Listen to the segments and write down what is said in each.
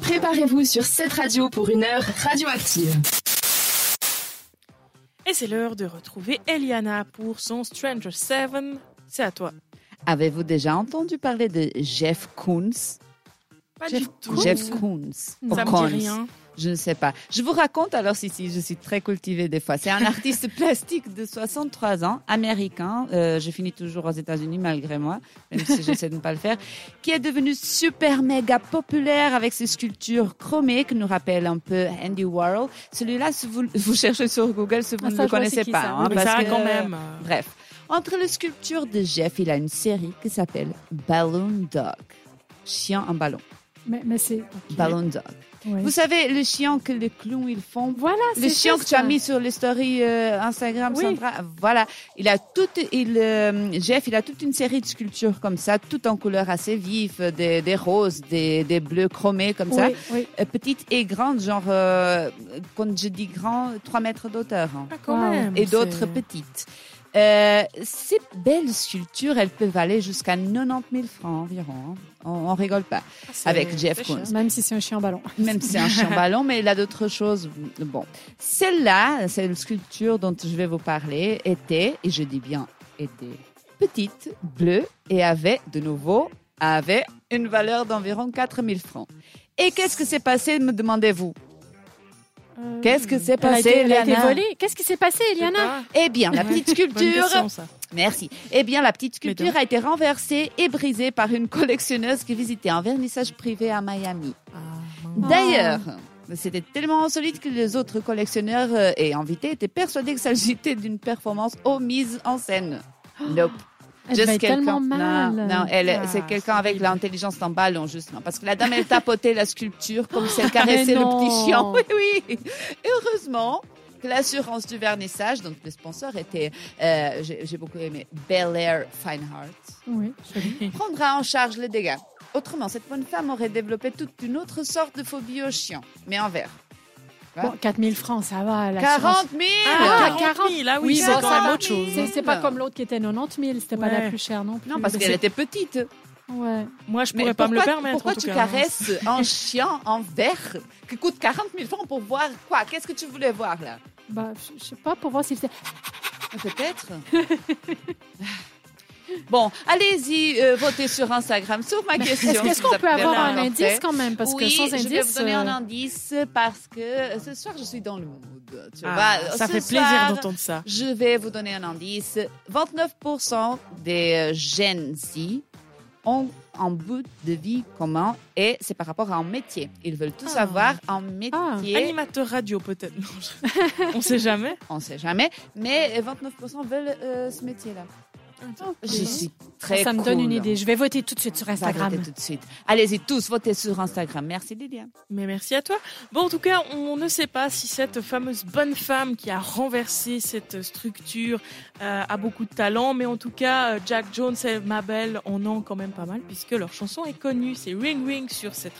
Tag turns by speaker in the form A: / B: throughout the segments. A: Préparez-vous sur cette radio pour une heure radioactive.
B: Et c'est l'heure de retrouver Eliana pour son Stranger 7. C'est à toi.
C: Avez-vous déjà entendu parler de Jeff Koons
B: Pas
C: Jeff,
B: du tout.
C: Jeff Koons. Ou
B: Ça
C: Koons.
B: me dit rien.
C: Je ne sais pas. Je vous raconte alors si, si, je suis très cultivée des fois. C'est un artiste plastique de 63 ans, américain. Euh, je finis toujours aux États-Unis malgré moi, même si j'essaie de ne pas le faire. Qui est devenu super méga populaire avec ses sculptures chromées qui nous rappellent un peu Andy Warhol. Celui-là, si vous, vous cherchez sur Google, si vous
D: Ah,
C: ne
D: ça,
C: le
D: je vois,
C: connaissez
D: c'est qui,
C: pas.
D: ça.
C: hein,
B: Mais
C: parce
B: ça,
C: que-
B: quand même. euh,
C: Bref, entre les sculptures de Jeff, il a une série qui s'appelle Balloon Dog. Chien en ballon.
D: Mais, mais c'est.
C: Balloon Dog.
D: ouais.
C: Vous savez, le chien que les clowns, ils font.
D: Voilà, c'est
C: Le chien
D: ça,
C: que tu as
D: ça.
C: mis sur les stories euh, Instagram,
D: Oui.
C: Sandra, voilà, il a toute, il, euh, Jeff, il a toute une série de sculptures comme ça, tout en couleurs assez vives, des, des roses, des, des bleus chromés comme ça,
D: Oui, oui.
C: Euh, petites et grandes, genre euh, quand je dis grand, 3 mètres d'hauteur. hein
B: Ah, quand
D: Wow.
B: même.
C: et
B: c'est-
C: d'autres petites. Euh, ces belles sculptures, elles peuvent aller jusqu'à 90 000 francs environ. hein. On, on rigole pas.
B: Ah, c'est-
C: avec Jeff
B: c'est cher.
C: Koons.
D: Même si c'est un chien en ballon.
C: Même si c'est un chien ballon, mais il a d'autres choses. Bon, celle-là, cette sculpture dont je vais vous parler, était, et je dis bien était, petite, bleue et avait de nouveau avait une valeur d'environ 4 000 francs. Et qu'est-ce que s'est passé, me demandez-vous Qu'est-ce que s'est
D: Elle a été,
C: passé,
D: Euh, elle a été
C: Eliana
D: volée. Qu'est-ce qui s'est passé,
B: Je sais
D: Eliana
B: pas.
C: Eh bien, la
B: Ouais.
C: petite
B: Bonne
C: sculpture
B: question, ça.
C: Merci. Eh bien, la petite sculpture
B: Mesdames.
C: a été renversée et brisée par une collectionneuse qui visitait un vernissage privé à Miami. D'ailleurs, c'était tellement insolite que les autres collectionneurs euh, et invités étaient persuadés que s'agitait d'une performance aux mises en scène. Nope.
D: Elle
C: Just
D: va être tellement
C: Non,
D: mal.
C: non, elle,
B: Ah,
C: c'est
B: c'est
C: quelqu'un avec
B: horrible.
C: l'intelligence d'un ballon, justement. Parce que la dame, elle tapotait la sculpture comme si elle
D: Ah, Mais
C: caressait le
D: non.
C: petit chien. Oui, oui. Heureusement que l'assurance du vernissage, donc le sponsor était, euh, j'ai j'ai beaucoup aimé, Bel Air Fine Hearts
D: Oui, joli.
C: prendra en charge les dégâts. Autrement, cette bonne femme aurait développé toute une autre sorte de phobie aux chiens, mais envers.
D: Bon, 4000 francs, ça va. l'assurance.
C: 40 000
B: Ah,
D: Ah,
B: 40 000, ah oui,
D: Oui,
B: c'est quand
D: bon, ça
B: même
D: va.
B: autre chose.
D: C'est c'est pas comme l'autre qui était 90 000, c'était pas
B: Ouais.
D: la plus chère non plus.
C: Non, parce
D: Mais
C: qu'elle était petite.
D: c'est- Ouais.
B: Moi, je
C: Mais
B: pourrais pas me le
C: pourquoi-
B: permettre.
C: Pourquoi
B: en tout
C: tu
B: cas.
C: caresses un chien en verre qui coûte 40 000 francs pour voir quoi Qu'est-ce que tu voulais voir là Ah,
D: Bah, je- je sais pas pour voir s'il était.
C: Peut-être. bon, allez-y, euh, votez sur Instagram sur ma question.
D: Est-ce
C: si
D: qu'est-ce
C: vous
D: qu'on peut avoir
C: appelez
D: un
C: la
D: indice quand même Parce
C: oui,
D: que sans indice.
C: je vais vous donner un
D: euh,
C: indice parce que euh, ce soir, je suis dans le mood. Tu
B: Ah,
C: vois,
B: ça
C: Ce
B: fait plaisir
C: soir,
B: d'entendre ça.
C: Je vais vous donner un indice. 29% des jeunes Z ont un bout de vie commun et c'est par rapport à un métier. Ils veulent tous
B: Ah.
C: avoir un métier.
B: Animateur radio, peut-être. Non, je- On sait jamais.
D: Ah.
C: On ne sait jamais, mais 29% veulent euh, ce métier-là. Je suis très
D: Ah. ça me donne
C: cool.
D: une idée. Je vais voter tout de suite sur
C: On va voter
D: Instagram.
C: tout de suite. Allez-y tous, votez sur Instagram. Merci Lydia.
B: Mais merci à toi. Bon, en tout cas, on ne sait pas si cette fameuse bonne femme qui a renversé cette structure euh, a beaucoup de talent, mais en tout cas, euh, Jack Jones et Mabel en ont quand même pas mal puisque leur chanson est connue. C'est Ring Ring sur cette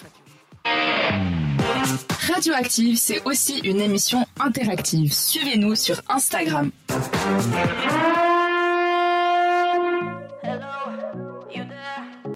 B: radio.
A: Radioactive, c'est aussi une émission interactive. Suivez-nous sur Instagram.